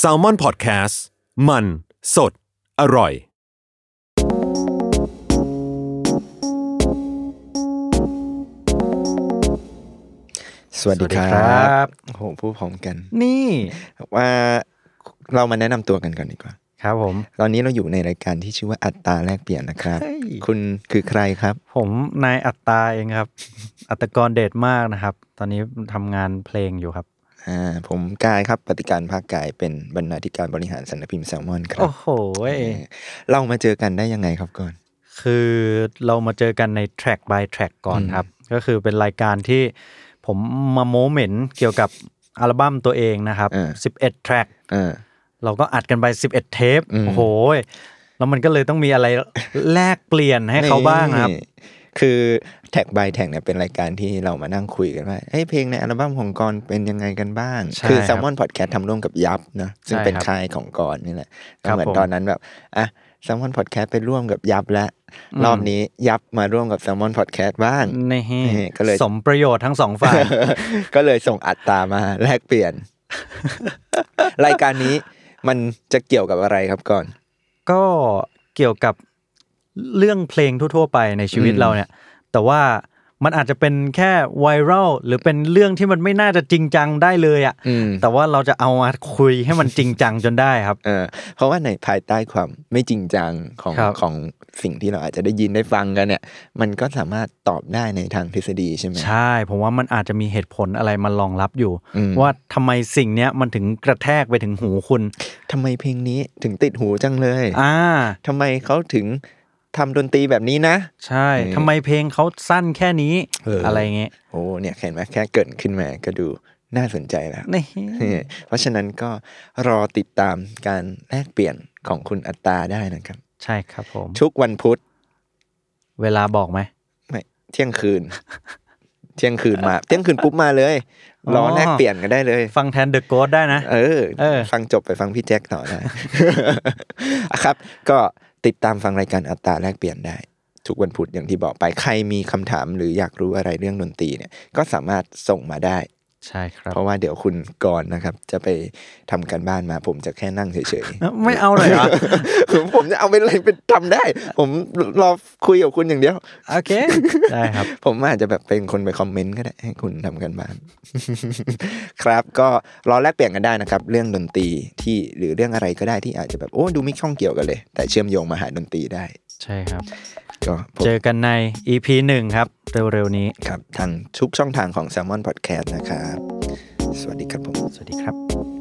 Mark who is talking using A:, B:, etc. A: s a l ม o n PODCAST มันสดอร่อย
B: สวัสดีคร
C: สวัสดีครั
B: ับบ โอ้โหพูดพร้อมกัน
C: นี่
B: ว่าเรามาแนะนำตัวกันก่อนดีกว่า
C: ครับผม
B: ตอนนี้เราอยู่ในรายการที่ชื่อว่าอัตราแลกเปลี่ยนนะครับ
C: เฮ้ย
B: คุณคือใครครับ
C: ผมนายอัตตาเองครับ อัตกรเดชมากนะครับ ตอนนี้ทำงานเพลงอยู่ครับ
B: อ่า ผมกายครับ ปฏิการภาคกายเป็นบรรณาธิการบริหารสำนักพิมพ์แซลมอนครับ
C: โอ้โห
B: เออเรามาเจอกันได้ยังไงครับก่อน
C: คือเรามาเจอกันใน track by track ก่อนครับ ก็คือเป็นรายการที่ผมมาโมเมนต์เกี่ยวกับอัลบั้มตัวเองนะครับ
B: เออ
C: 11 track
B: เออ
C: เราก็อัดกันไป 11 เทป
B: อืม
C: โอ้โห แล้วมันก็เลยต้องมีอะไรแลกเปลี่ยนให้เขาบ้างนะครับ
B: นี่คือแท็กบายแท็กเนี่ยเป็นรายการที่เรามานั่งคุยกันว่าเฮ้ยเพลงในอัลบั้มของกรเป็นยังไงกันบ้าง
C: ใช่
B: คือ
C: ครับ
B: แซมมอนพอดแคสต์ทำร่วมกับยับนะซึ่ง
C: ใช่
B: เป็น
C: ครับ
B: ค่ายของกรนี่แหละ
C: ค
B: ก็
C: รับ
B: เหมือน
C: ผม
B: ตอนนั้นแบบอ่ะแซมมอนพอดแคสต์ไปร่วมกับยับแล้ว
C: อืม
B: รอบนี้ยับมาร่วมกับแซมมอนพอดแคสต์บ้าง
C: ใน
B: นี่ก็เลย
C: สมประโยชน์ทั้งสองฝ่าย
B: ก็เลยส่งอัดตรามาแลกเปลี่ยน รายการนี้มันจะเกี่ยวกับอะไรครับก่อน
C: ก็เกี่ยวกับเรื่องเพลงทั่วๆไปในชีวิต
B: อืม
C: เราเนี่ย แต่ว่ามันอาจจะเป็นแค่ไวรัลหรือเป็นเรื่องที่มันไม่น่าจะจริงจังได้เลยอะ
B: อืม
C: แต่ว่าเราจะเอามาคุยให้มันจริงจังจนได้ ครับ
B: เออเพราะว่าในภายใต้ความไม่จริงจังของ
C: ครับ
B: ของสิ่งที่เราอาจจะได้ยินได้ฟังกันเนี่ย มันก็สามารถตอบได้ในทางทฤษฎีใช่ไหม
C: ใช่ ผมว่ามันอาจจะมีเหตุผลอะไรมารองรับอยู่
B: อืม
C: ว่าทำไมสิ่งเนี้ยมันถึงกระแทกไปถึงหูคุณ
B: ทำไมเพลงนี้ถึงติดหูจังเลย
C: อ่า
B: ทำไมเขาถึงทำดนตรีแบบนี้นะ
C: ใช่
B: นี่
C: ทำไมเพลงเขาสั้นแค่นี้
B: เอออ
C: อะไรเงี้ย
B: โอ้เนี่ยเห็นไหมแค่เกริดขึ้นมาก็ดูน่าสนใจแล้ว
C: นี่
B: เพราะฉะนั้นก็รอติดตามการแลกเปลี่ยนของคุณอัตตาได้นะครับ
C: ใช่ครับผม
B: ทุกวันพุธ
C: เวลาบอกไหม
B: ไม่เที่ยงคื น เที่ยงคืนมา เที่ยงคืนปุ๊บมาเลยรอแลกเปลี่ยนกันได้เลย
C: ฟังแทนเดอะโกดได้นะ
B: เออ
C: เออ
B: ฟังจบไปฟังพี่แจ็คต่อได้ อ่ะครับ ก็ติดตามฟังรายการอัตราแลกเปลี่ยนได้ ทุกวันพุธอย่างที่บอกไปใครมีคำถามหรืออยากรู้อะไรเรื่องดนตรีเนี่ย ก็สามารถส่งมาได้
C: ใช่ครับ
B: เพราะว่าเดี๋ยวคุณกรณ์นะครับ จะไปทำการบ้านมา ผมจะแค่นั่งเฉย
C: เอ้าไม่เอาเลยเหรอ
B: ๆ ผมผมจะเอาไปอะไรไปทำได้ ผมรอคุยกับคุณอย่างเดียว
C: โอเค ได้ครับ
B: ผมอาจจะแบบเป็นคนไปคอมเมนต์ก็ได้ให้คุณทำกันบ้าน ครับก็รอแลกเปลี่ยนกันได้นะครับ เรื่องดนตรีที่หรือเรื่องอะไรก็ได้ที่อาจจะแบบโอ้ดูไม่ข้องเกี่ยวกันเลย แต่เชื่อมโยงมาหาดนตรีได้
C: ใช่ครับ
B: ก็ผม
C: เจอกันใน EP หนึ่งครับ เร็วๆนี้
B: ครับทางทุกช่องทางของ s ซ l m o n Podcast นะครับ สวัสดีครับผม
C: สวัสดีครับ